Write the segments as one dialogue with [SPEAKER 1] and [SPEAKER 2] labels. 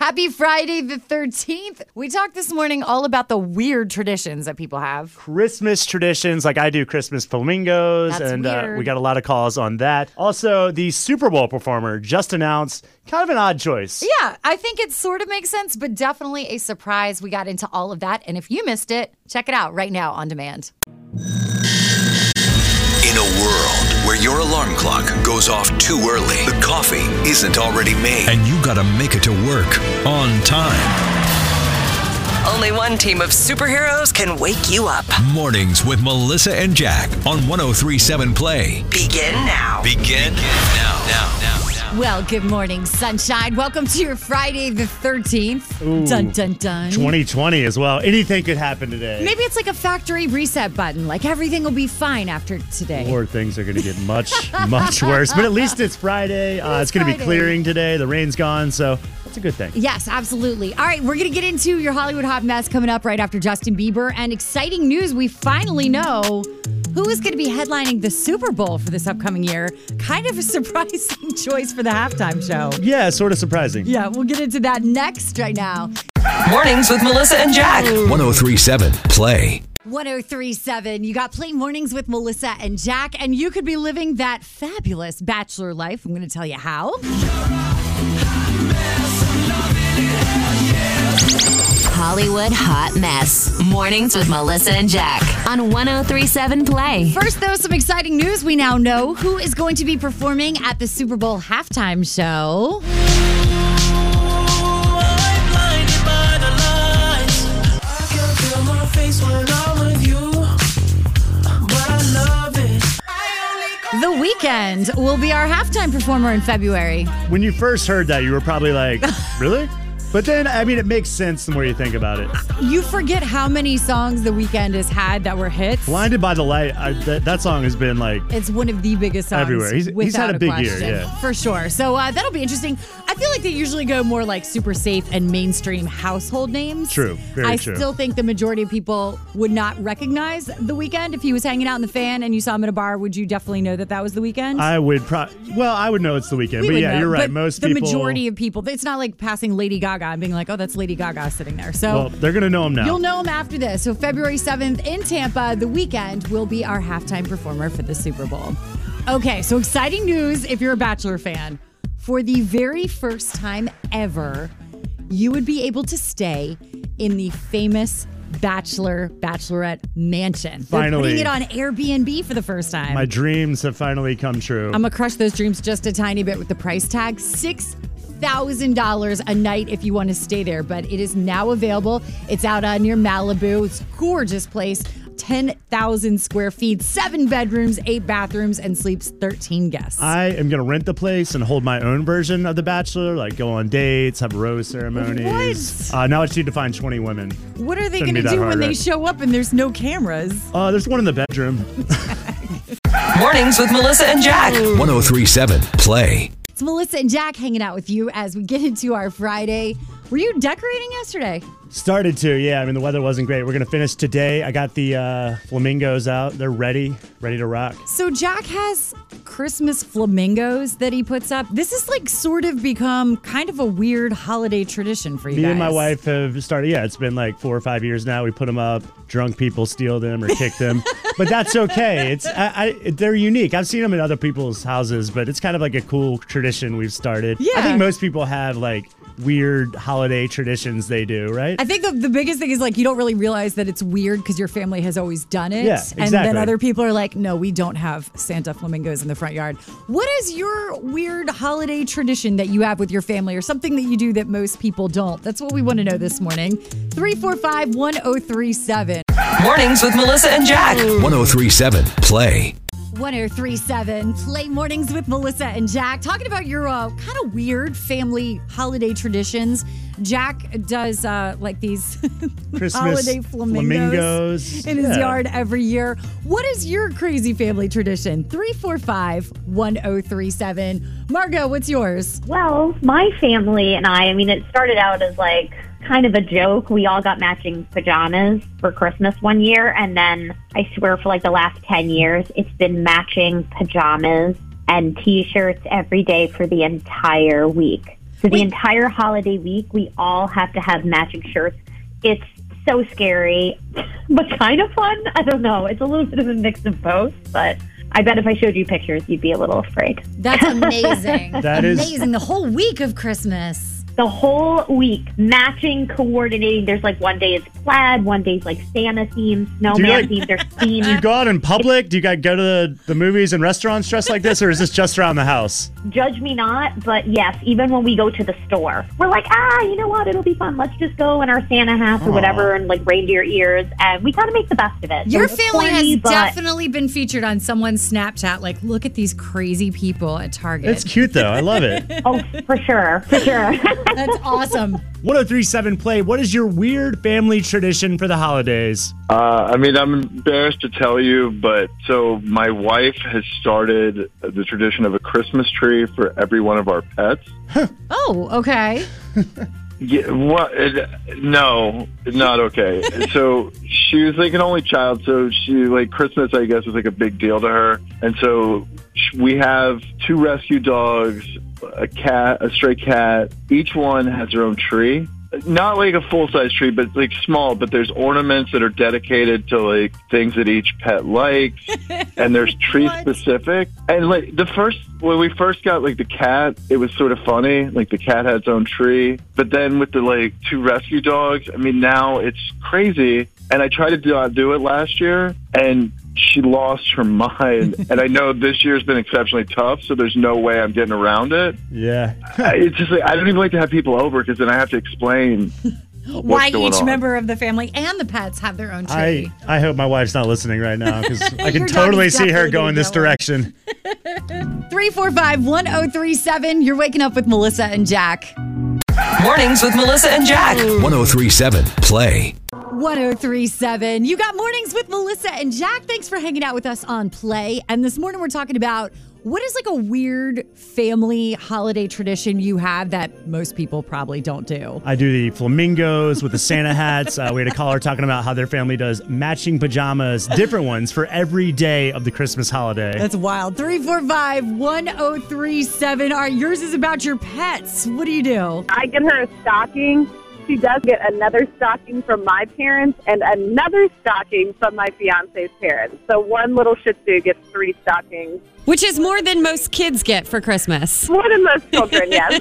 [SPEAKER 1] Happy Friday the 13th. We talked this morning all about the weird traditions that people have.
[SPEAKER 2] Christmas traditions, like I do Christmas flamingos,
[SPEAKER 1] That's
[SPEAKER 2] and uh,
[SPEAKER 1] weird.
[SPEAKER 2] we got a lot of calls on that. Also, the Super Bowl performer just announced kind of an odd choice.
[SPEAKER 1] Yeah, I think it sort of makes sense, but definitely a surprise. We got into all of that. And if you missed it, check it out right now on demand.
[SPEAKER 3] In a world where your alarm clock goes off too early, the coffee isn't already made,
[SPEAKER 4] and you gotta make it to work on time.
[SPEAKER 5] Only one team of superheroes can wake you up.
[SPEAKER 4] Mornings with Melissa and Jack on 1037 Play.
[SPEAKER 5] Begin now.
[SPEAKER 4] Begin now, now, now, now.
[SPEAKER 1] Well, good morning, sunshine. Welcome to your Friday the 13th. Dun, dun, dun.
[SPEAKER 2] 2020 as well. Anything could happen today.
[SPEAKER 1] Maybe it's like a factory reset button, like everything will be fine after today.
[SPEAKER 2] Or things are going to get much, much worse. But at least it's Friday. Uh,
[SPEAKER 1] is
[SPEAKER 2] it's going to be
[SPEAKER 1] Friday.
[SPEAKER 2] clearing today. The rain's gone, so it's a good thing.
[SPEAKER 1] Yes, absolutely. All right, we're going to get into your Hollywood hot mess coming up right after Justin Bieber. And exciting news we finally know who is going to be headlining the Super Bowl for this upcoming year. Kind of a surprising choice for the halftime show.
[SPEAKER 2] Yeah, sort of surprising.
[SPEAKER 1] Yeah, we'll get into that next right now.
[SPEAKER 5] Mornings with Melissa and Jack.
[SPEAKER 4] 1037 Play.
[SPEAKER 1] 1037. You got Play Mornings with Melissa and Jack, and you could be living that fabulous bachelor life. I'm going to tell you how.
[SPEAKER 6] Hollywood Hot Mess. Mornings with Melissa and Jack on 1037 Play.
[SPEAKER 1] First, though, some exciting news. We now know who is going to be performing at the Super Bowl halftime show. The weekend will be our halftime performer in February.
[SPEAKER 2] When you first heard that, you were probably like, really? But then, I mean, it makes sense the more you think about it.
[SPEAKER 1] You forget how many songs The weekend has had that were hits.
[SPEAKER 2] Blinded by the Light, I, that, that song has been like,
[SPEAKER 1] It's one of the biggest songs
[SPEAKER 2] Everywhere. He's- he's
[SPEAKER 1] without
[SPEAKER 2] had a big year,
[SPEAKER 1] question,
[SPEAKER 2] yeah.
[SPEAKER 1] for sure. So uh, that'll be interesting. I feel like they usually go more like super safe and mainstream household names.
[SPEAKER 2] True. Very
[SPEAKER 1] I
[SPEAKER 2] true.
[SPEAKER 1] still think the majority of people would not recognize The Weeknd if he was hanging out in the fan and you saw him at a bar. Would you definitely know that that was The Weeknd?
[SPEAKER 2] I would pro. Well, I would know it's the weekend,
[SPEAKER 1] We
[SPEAKER 2] but
[SPEAKER 1] would
[SPEAKER 2] yeah,
[SPEAKER 1] know,
[SPEAKER 2] you're right.
[SPEAKER 1] but
[SPEAKER 2] Most
[SPEAKER 1] the
[SPEAKER 2] people,
[SPEAKER 1] majority of people, it's not like passing Lady Gaga and being like, "Oh, that's Lady Gaga sitting there." So
[SPEAKER 2] well, they're gonna know him now.
[SPEAKER 1] You'll know him after this. So February 7th in Tampa, the weekend will be our halftime performer for the Super Bowl. Okay, so exciting news if you're a Bachelor fan. For the very first time ever, you would be able to stay in the famous Bachelor Bachelorette mansion. They're putting
[SPEAKER 2] Finally.
[SPEAKER 1] it on Airbnb for the first time.
[SPEAKER 2] My dreams have finally come true.
[SPEAKER 1] I'm gonna crush those dreams just a tiny bit with the price tag. Six thousand dollars a night if you want to stay there, but it is now available. It's out uh, near Malibu. It's a gorgeous place. 10,000 square feet, seven bedrooms, eight bathrooms, and sleeps 13 guests.
[SPEAKER 2] I am gonna rent the place and hold my own version of The Bachelor, like go on dates, have rose ceremonies.
[SPEAKER 1] What?
[SPEAKER 2] Uh, now I just need to find 20 women.
[SPEAKER 1] what are they going
[SPEAKER 2] shouldn't be
[SPEAKER 1] to
[SPEAKER 2] that
[SPEAKER 1] do
[SPEAKER 2] hard,
[SPEAKER 1] when they
[SPEAKER 2] right?
[SPEAKER 1] show up and there's no cameras?
[SPEAKER 2] Uh, there's one in the bedroom.
[SPEAKER 5] Mornings with Melissa and Jack.
[SPEAKER 4] 1037 Play.
[SPEAKER 1] It's Melissa and Jack hanging out with you as we get into our Friday. Were you decorating yesterday?
[SPEAKER 2] Started to, yeah. I mean, the weather wasn't great. We're gonna finish today. I got the uh, flamingos out. They're ready, ready to rock.
[SPEAKER 1] So Jack has Christmas flamingos that he puts up. This has like sort of become kind of a weird holiday tradition for you
[SPEAKER 2] Me
[SPEAKER 1] guys.
[SPEAKER 2] and my wife have started. Yeah, it's been like four or five years now. We put them up. Drunk people steal them or kick them, but that's okay. It's I, I they're unique. I've seen them in other people's houses, but it's kind of like a cool tradition we've started. I
[SPEAKER 1] Yeah.
[SPEAKER 2] think most people have like weird holiday traditions they do, right?
[SPEAKER 1] I think the, the biggest thing is like you don't really realize that it's weird because your family has always done it.
[SPEAKER 2] Yeah,
[SPEAKER 1] And then
[SPEAKER 2] exactly.
[SPEAKER 1] other people are like, no, we don't have Santa flamingos in the front yard. What is your weird holiday tradition that you have with your family or something that you do that most people don't? That's what we want to know this morning. 345 1037.
[SPEAKER 5] Mornings with Melissa and Jack.
[SPEAKER 4] 1037 Play.
[SPEAKER 1] 1037 Play Mornings with Melissa and Jack. Talking about your uh, kind of weird family holiday traditions. Jack does uh, like these
[SPEAKER 2] Christmas
[SPEAKER 1] holiday flamingos,
[SPEAKER 2] flamingos.
[SPEAKER 1] in his
[SPEAKER 2] Yeah.
[SPEAKER 1] yard every year. What is your crazy family tradition? 345 1037. Margo, what's yours?
[SPEAKER 7] Well, my family and I, I mean, it started out as like kind of a joke. We all got matching pajamas for Christmas one year. And then I swear for like the last 10 years, it's been matching pajamas and t-shirts every day for the entire week. So the entire holiday week, we all have to have matching shirts. It's so scary, but kind of fun. I don't know. It's a little bit of a mix of both, but I bet if I showed you pictures, you'd be a little afraid.
[SPEAKER 1] That's amazing.
[SPEAKER 2] That is-
[SPEAKER 1] amazing. The whole week of Christmas.
[SPEAKER 7] The whole week, matching, coordinating. There's like one day it's plaid, one day's like Santa themed, snowman
[SPEAKER 2] like-
[SPEAKER 7] themed, there's themed.
[SPEAKER 2] Do you go out in public? Do you guys go to the, the movies and restaurants dressed like this, or is this just around the house?
[SPEAKER 7] judge me not, but yes, even when we go to the store, we're like, ah, you know what? It'll be fun. Let's just go in our Santa hats or whatever and like reindeer ears. And we got to make the best of it. So
[SPEAKER 1] Your
[SPEAKER 7] it's
[SPEAKER 1] family
[SPEAKER 7] corny,
[SPEAKER 1] has
[SPEAKER 7] but
[SPEAKER 1] definitely been featured on someone's Snapchat. Like, look at these crazy people at Target.
[SPEAKER 2] It's cute though. I love it.
[SPEAKER 7] Oh, for sure. For sure.
[SPEAKER 1] That's awesome.
[SPEAKER 2] 1037 Play, what is your weird family tradition for the holidays?
[SPEAKER 8] Uh, I mean, I'm embarrassed to tell you, but so my wife has started the tradition of a Christmas tree for every one of our pets.
[SPEAKER 1] Oh, okay.
[SPEAKER 8] Yeah, what? It, no, not okay. so she was like an only child, so she like Christmas, I guess, was like a big deal to her, and so sh- we have two rescue dogs, a cat, a stray cat. Each one has their own tree. Not like a full size tree, but like small. But there's ornaments that are dedicated to like things that each pet likes, and there's tree specific. And like the first when we first got like the cat, it was sort of funny. Like the cat had its own tree, but then with the like two rescue dogs, I mean now it's crazy. And I tried to do, uh, do it last year, and she lost her mind. and I know this year's been exceptionally tough, so there's no way I'm getting around it.
[SPEAKER 2] Yeah.
[SPEAKER 8] I- It's just like I don't even like to have people over because then I have to explain. what's
[SPEAKER 1] Why
[SPEAKER 8] going
[SPEAKER 1] each
[SPEAKER 8] on.
[SPEAKER 1] member of the family and the pets have their own tree.
[SPEAKER 2] I, I hope my wife's not listening right now because I
[SPEAKER 1] Your
[SPEAKER 2] can
[SPEAKER 1] dog
[SPEAKER 2] totally
[SPEAKER 1] is
[SPEAKER 2] see her
[SPEAKER 1] definitely
[SPEAKER 2] going this
[SPEAKER 1] gonna
[SPEAKER 2] direction.
[SPEAKER 1] 345 1037. oh, You're waking up with Melissa and Jack.
[SPEAKER 5] Mornings with Melissa and Jack.
[SPEAKER 4] 1037 Play.
[SPEAKER 1] 1037. oh, You got mornings with Melissa and Jack. Thanks for hanging out with us on Play. And this morning we're talking about what is like a weird family holiday tradition you have that most people probably don't do.
[SPEAKER 2] I do the flamingos with the Santa hats. Uh, we had a caller talking about how their family does matching pajamas, different ones for every day of the Christmas holiday.
[SPEAKER 1] That's wild. 345 oh, 1037. All right, yours is about your pets. What do you do?
[SPEAKER 9] I get her a stocking. She does get another stocking from my parents and another stocking from my fiance's parents. So one little Shih Tzu gets three stockings.
[SPEAKER 10] Which is more than most kids get for Christmas.
[SPEAKER 9] More than most children, yes.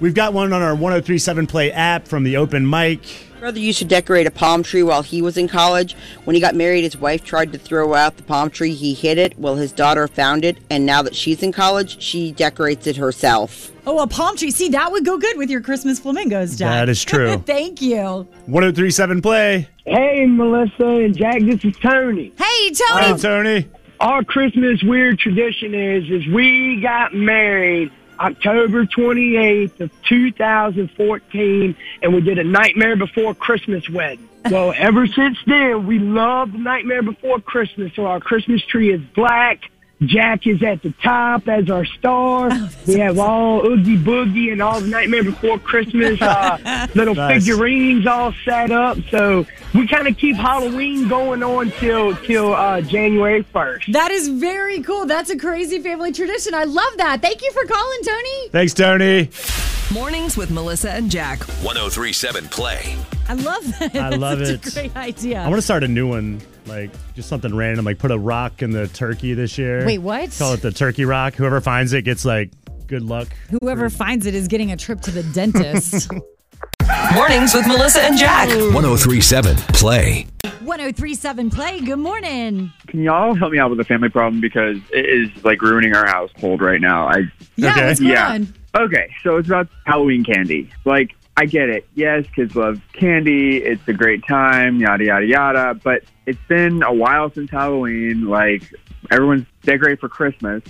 [SPEAKER 2] We've got one on our 1037 Play app from the open mic.
[SPEAKER 11] brother used to decorate a palm tree while he was in college. When he got married, his wife tried to throw out the palm tree. He hid it. Well, his daughter found it, and now that she's in college, she decorates it herself.
[SPEAKER 1] Oh, a palm tree. See, that would go good with your Christmas flamingos, Jack.
[SPEAKER 2] That is true.
[SPEAKER 1] Thank you.
[SPEAKER 2] 1037 Play.
[SPEAKER 9] hey, Melissa and Jack, this is Tony.
[SPEAKER 1] Hey, Tony.
[SPEAKER 2] Hey, Tony.
[SPEAKER 9] Our Christmas weird tradition is is we got married October 28th of 2014 and we did a Nightmare Before Christmas wedding. So ever since then we love the Nightmare Before Christmas. So our Christmas tree is black. Jack is at the top as our star. we have all Oogie Boogie and all the Nightmare Before Christmas uh, little
[SPEAKER 2] Nice.
[SPEAKER 9] figurines all set up. So we kind of keep Halloween going on till till uh, January 1st.
[SPEAKER 1] That is very cool. That's a crazy family tradition. I love that. Thank you for calling, Tony.
[SPEAKER 2] Thanks, Tony.
[SPEAKER 5] Mornings with Melissa and Jack.
[SPEAKER 4] 1037 Play.
[SPEAKER 1] I love that.
[SPEAKER 2] I
[SPEAKER 1] That's
[SPEAKER 2] love
[SPEAKER 1] such
[SPEAKER 2] it.
[SPEAKER 1] A great idea.
[SPEAKER 2] I want to start a new one, like just something random, like put a rock in the turkey this year.
[SPEAKER 1] Wait, what?
[SPEAKER 2] Call it the turkey rock. Whoever finds it gets like good luck.
[SPEAKER 1] Whoever finds it is getting a trip to the dentist.
[SPEAKER 5] Mornings with Melissa and Jack.
[SPEAKER 4] 1037 Play.
[SPEAKER 1] 1037 Play. Good morning.
[SPEAKER 8] Can y'all help me out with a family problem because it is like ruining our household right now? I
[SPEAKER 1] Yeah,
[SPEAKER 2] Okay.
[SPEAKER 1] what's going
[SPEAKER 8] Yeah.
[SPEAKER 1] on?
[SPEAKER 8] Okay, so it's about Halloween candy. Like, I get it. Yes, kids love candy. It's a great time, yada, yada, yada. But it's been a while since Halloween. Like, everyone's decorating for Christmas.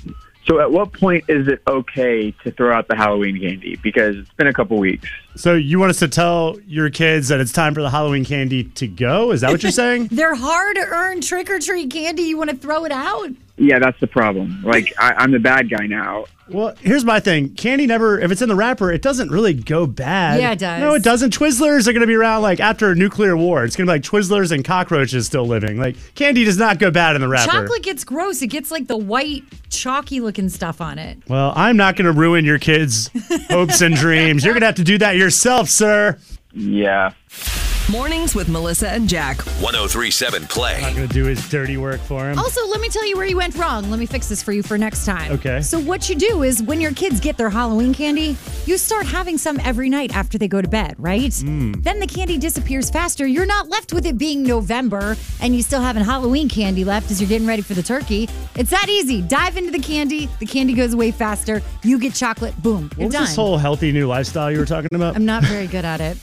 [SPEAKER 8] So at what point is it okay to throw out the Halloween candy? Because it's been a couple weeks.
[SPEAKER 2] So you want us to tell your kids that it's time for the Halloween candy to go? Is that what you're saying?
[SPEAKER 1] Their hard earned trick or treat candy, you want to throw it out?
[SPEAKER 12] Yeah, that's the problem. Like, I, I'm the bad guy now.
[SPEAKER 2] Well, here's my thing. Candy never, if it's in the wrapper, it doesn't really go bad.
[SPEAKER 1] Yeah, it does.
[SPEAKER 2] No, it doesn't. Twizzlers are going to be around like after a nuclear war. It's going to be like Twizzlers and cockroaches still living. Like candy does not go bad in the wrapper.
[SPEAKER 1] Chocolate gets gross. It gets like the white, chalky looking stuff on it.
[SPEAKER 2] Well, I'm not going to ruin your kids' hopes and dreams. You're going to have to do that yourself, sir.
[SPEAKER 12] Yeah.
[SPEAKER 5] Mornings with Melissa and Jack.
[SPEAKER 4] 1037 play.
[SPEAKER 2] Not going to do his dirty work for him.
[SPEAKER 1] Also, let me tell you where you went wrong. Let me fix this for you for next time.
[SPEAKER 2] Okay.
[SPEAKER 1] So, what you do is when your kids get their Halloween candy, you start having some every night after they go to bed, right?
[SPEAKER 2] Hmm.
[SPEAKER 1] Then the candy disappears faster. You're not left with it being November and you still having Halloween candy left as you're getting ready for the turkey. It's that easy. Dive into the candy, the candy goes away faster. You get chocolate, boom,
[SPEAKER 2] What
[SPEAKER 1] you're
[SPEAKER 2] was
[SPEAKER 1] done.
[SPEAKER 2] this whole healthy new lifestyle you were talking about?
[SPEAKER 1] I'm not very good at it.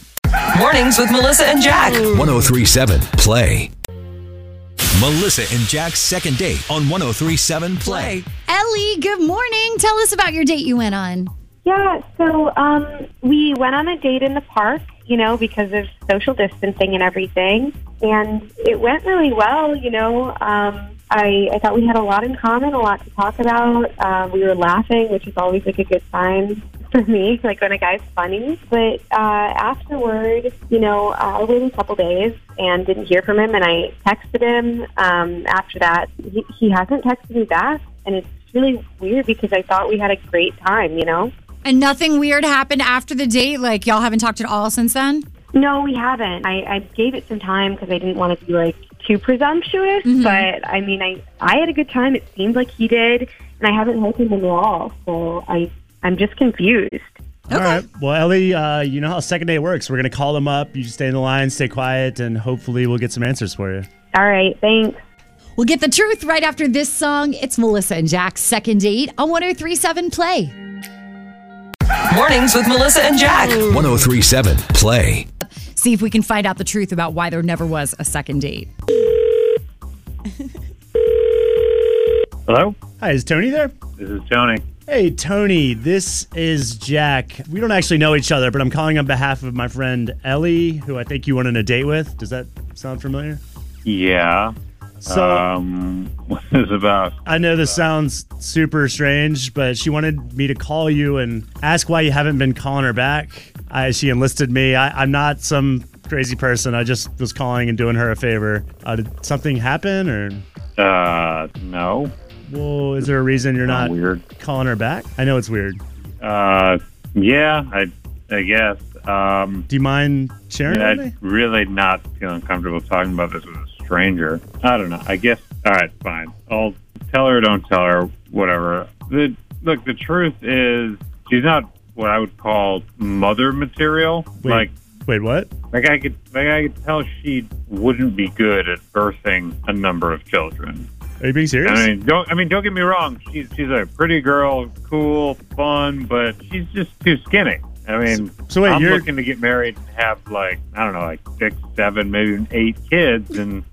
[SPEAKER 5] Mornings with Melissa and Jack.
[SPEAKER 4] 1037 play. Melissa and Jack's second date on 1037 play.
[SPEAKER 1] Ellie, good morning. Tell us about your date you went on.
[SPEAKER 13] Yeah, so um, we went on a date in the park, you know, because of social distancing and everything. And it went really well, you know. Um, I, I thought we had a lot in common, a lot to talk about. Uh, we were laughing, which is always like a good sign for me, like when a guy's funny. But uh, afterward, you know, uh, I waited a couple days and didn't hear from him. And I texted him um, after that. He, he hasn't texted me back. And it's really weird because I thought we had a great time, you know?
[SPEAKER 1] And nothing weird happened after the date? Like, y'all haven't talked at all since then?
[SPEAKER 13] No, we haven't. I, I gave it some time because I didn't want to be like too presumptuous. But I mean, I I had a good time. It seemed like he did, and I haven't heard from him at all. So I I'm just confused.
[SPEAKER 2] All right. Well, Ellie, uh, you know how second date works. We're going to call them up. You just stay in the line, stay quiet, and hopefully we'll get some answers for you.
[SPEAKER 13] All right, thanks.
[SPEAKER 1] We'll get the truth right after this song. It's Melissa and Jack's second date on 1037 Play.
[SPEAKER 5] Mornings with Melissa and Jack.
[SPEAKER 4] 1037 play.
[SPEAKER 1] See if we can find out the truth about why there never was a second date.
[SPEAKER 2] Hello? Hi, is Tony there?
[SPEAKER 8] This is Tony.
[SPEAKER 2] Hey, Tony, this is Jack. We don't actually know each other, but I'm calling on behalf of my friend Ellie, who I think you went on a date with. Does that sound familiar?
[SPEAKER 8] Yeah.
[SPEAKER 2] So-
[SPEAKER 8] um, what is it about?
[SPEAKER 2] I know this sounds super strange, but she wanted me to call you and ask why you haven't been calling her back. I, she enlisted me. I, I'm not some crazy person. I just was calling and doing her a favor. Uh, did something happen, or
[SPEAKER 8] Uh, no.
[SPEAKER 2] well, is there a reason you're not
[SPEAKER 8] weird.
[SPEAKER 2] calling her back? I know it's weird.
[SPEAKER 8] Uh, yeah, I, I guess. Um,
[SPEAKER 2] Do you mind sharing?
[SPEAKER 8] yeah,
[SPEAKER 2] with me?
[SPEAKER 8] I'm really not feeling comfortable talking about this with a stranger. I don't know. I guess. All right, fine. I'll tell her. Don't tell her. Whatever. The look. The truth is, she's not what I would call mother material.
[SPEAKER 2] Wait,
[SPEAKER 8] like.
[SPEAKER 2] wait, what?
[SPEAKER 8] Like I could, like I could tell she wouldn't be good at birthing a number of children.
[SPEAKER 2] Are you being serious?
[SPEAKER 8] I mean, don't I mean don't get me wrong. She's she's a pretty girl, cool, fun, but she's just too skinny. I mean,
[SPEAKER 2] so wait,
[SPEAKER 8] I'm
[SPEAKER 2] you're-
[SPEAKER 8] looking to get married and have like I don't know, like six, seven, maybe even eight kids, and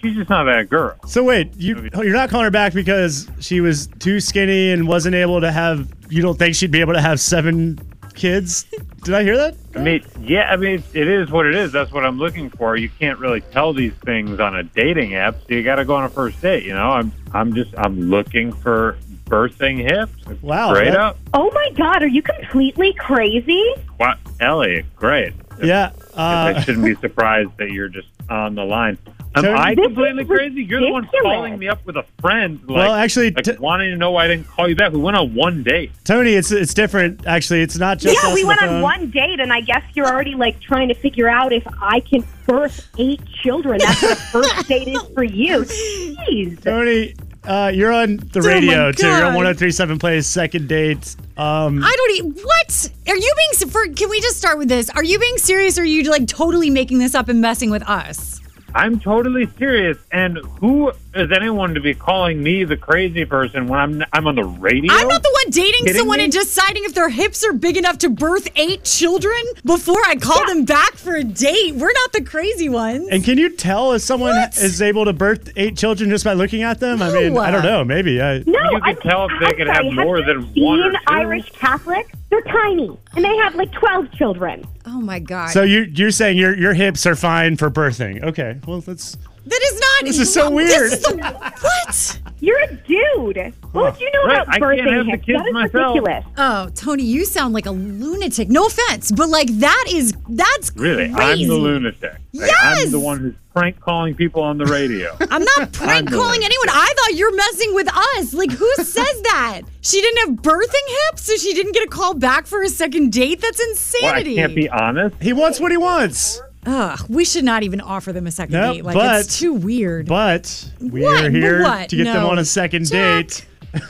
[SPEAKER 8] she's just not that girl.
[SPEAKER 2] So wait, you oh, you're not calling her back because she was too skinny and wasn't able to have. You don't think she'd be able to have seven kids? Did I hear that?
[SPEAKER 8] I mean, yeah, I mean, it is what it is. That's what I'm looking for. You can't really tell these things on a dating app, so you got to go on a first date. You know, I'm I'm just I'm looking for birthing hips.
[SPEAKER 2] Wow,
[SPEAKER 8] straight
[SPEAKER 2] that-
[SPEAKER 8] up.
[SPEAKER 7] Oh my God, are you completely crazy?
[SPEAKER 8] Wow, Ellie, great.
[SPEAKER 2] Yeah, Uh,
[SPEAKER 8] I shouldn't be surprised that you're just on the line. Am
[SPEAKER 2] Tony-
[SPEAKER 8] I
[SPEAKER 2] This is
[SPEAKER 8] completely crazy? You're the one
[SPEAKER 2] ridiculous.
[SPEAKER 8] following me up with a friend. Like,
[SPEAKER 2] Well, actually,
[SPEAKER 8] like
[SPEAKER 2] t-
[SPEAKER 8] wanting to know why I didn't call you back. We went on one date.
[SPEAKER 2] Tony, it's it's different. Actually, it's not just.
[SPEAKER 7] yeah,
[SPEAKER 2] us
[SPEAKER 7] we
[SPEAKER 2] the
[SPEAKER 7] went
[SPEAKER 2] phone.
[SPEAKER 7] on one date, and I guess you're already like trying to figure out if I can birth eight children. That's what a first date is for you. Jeez.
[SPEAKER 2] Tony, uh, you're on the
[SPEAKER 1] Oh my
[SPEAKER 2] radio too. You're on
[SPEAKER 1] God.
[SPEAKER 2] 1037 Plays Second Date. Um,
[SPEAKER 1] I don't e What? Are you being. s- For, can we just start with this? Are you being serious or are you like totally making this up and messing with us?
[SPEAKER 8] I'm totally serious. And who is anyone to be calling me the crazy person when I'm I'm on the radio?
[SPEAKER 1] I'm not the one dating
[SPEAKER 8] Kidding
[SPEAKER 1] someone
[SPEAKER 8] me?
[SPEAKER 1] and deciding if their hips are big enough to birth eight children before I call them back for a date. We're not the crazy ones.
[SPEAKER 2] and can you tell if someone is able to birth eight children just by looking at them? I mean, I don't know. Maybe. I,
[SPEAKER 8] you can tell if they can have more than one. Or
[SPEAKER 7] Being
[SPEAKER 8] two.
[SPEAKER 7] Irish Catholic, they're tiny, and they have like 12 children.
[SPEAKER 1] Oh my God.
[SPEAKER 2] So you you're saying your your hips are fine for birthing? Okay. Well, let's.
[SPEAKER 1] That is not.
[SPEAKER 2] This is so weird.
[SPEAKER 1] This is the, what?
[SPEAKER 7] You're a dude. What would you know
[SPEAKER 1] Right,
[SPEAKER 7] about
[SPEAKER 1] I can't
[SPEAKER 7] birthing
[SPEAKER 1] have the
[SPEAKER 7] him?
[SPEAKER 1] kids
[SPEAKER 7] that is
[SPEAKER 1] myself.
[SPEAKER 7] ridiculous.
[SPEAKER 1] Oh, Tony, you sound like a lunatic. No offense, but like that is that's
[SPEAKER 8] Really,
[SPEAKER 1] crazy.
[SPEAKER 8] I'm the lunatic. Like,
[SPEAKER 1] Yes!
[SPEAKER 8] I'm the one who's prank calling people on the radio.
[SPEAKER 1] I'm not prank
[SPEAKER 8] the
[SPEAKER 1] calling anyone. I thought you're messing with us. Like, who says that? She didn't have birthing hips, so she didn't get a call back for a second date. That's
[SPEAKER 8] well, I
[SPEAKER 1] insanity.
[SPEAKER 8] can't be honest.
[SPEAKER 2] He wants what he wants.
[SPEAKER 1] Ugh, we should not even offer them a second
[SPEAKER 2] No,
[SPEAKER 1] date. Like,
[SPEAKER 2] but
[SPEAKER 1] it's too weird.
[SPEAKER 2] But we
[SPEAKER 1] What?
[SPEAKER 2] are
[SPEAKER 1] But
[SPEAKER 2] here
[SPEAKER 1] what?
[SPEAKER 2] to get them
[SPEAKER 1] No.
[SPEAKER 2] on a second date.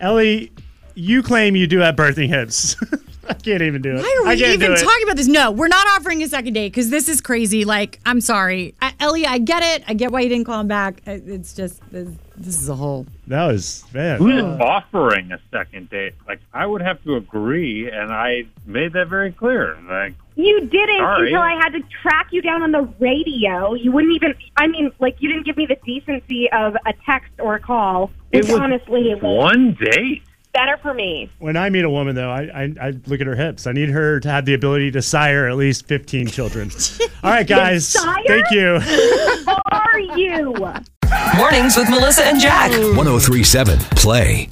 [SPEAKER 2] Ellie, you claim you do have birthing hips. I can't even do it.
[SPEAKER 1] Why are
[SPEAKER 2] I
[SPEAKER 1] we
[SPEAKER 2] can't do
[SPEAKER 1] even
[SPEAKER 2] it.
[SPEAKER 1] talking about this? No, we're not offering a second date because this is crazy. Like, I'm sorry, I, Ellie. I get it. I get why you didn't call him back. I- It's just this, this is a whole.
[SPEAKER 2] That was man.
[SPEAKER 8] Who's offering a second date? Like, I would have to agree, and I made that very clear. Like,
[SPEAKER 7] You didn't
[SPEAKER 8] Sorry.
[SPEAKER 7] until I had to track you down on the radio. You wouldn't even. I mean, like you didn't give me the decency of a text or a call.
[SPEAKER 2] It
[SPEAKER 7] Which
[SPEAKER 2] was
[SPEAKER 7] honestly it was
[SPEAKER 8] one date.
[SPEAKER 7] better for me.
[SPEAKER 2] When I meet a woman, though, I, I I look at her hips. I need her to have the ability to sire at least fifteen children. All right, guys.
[SPEAKER 7] Sire?
[SPEAKER 2] Thank you.
[SPEAKER 7] Who are you?
[SPEAKER 5] Mornings with Melissa and Jack.
[SPEAKER 4] 1037 Play.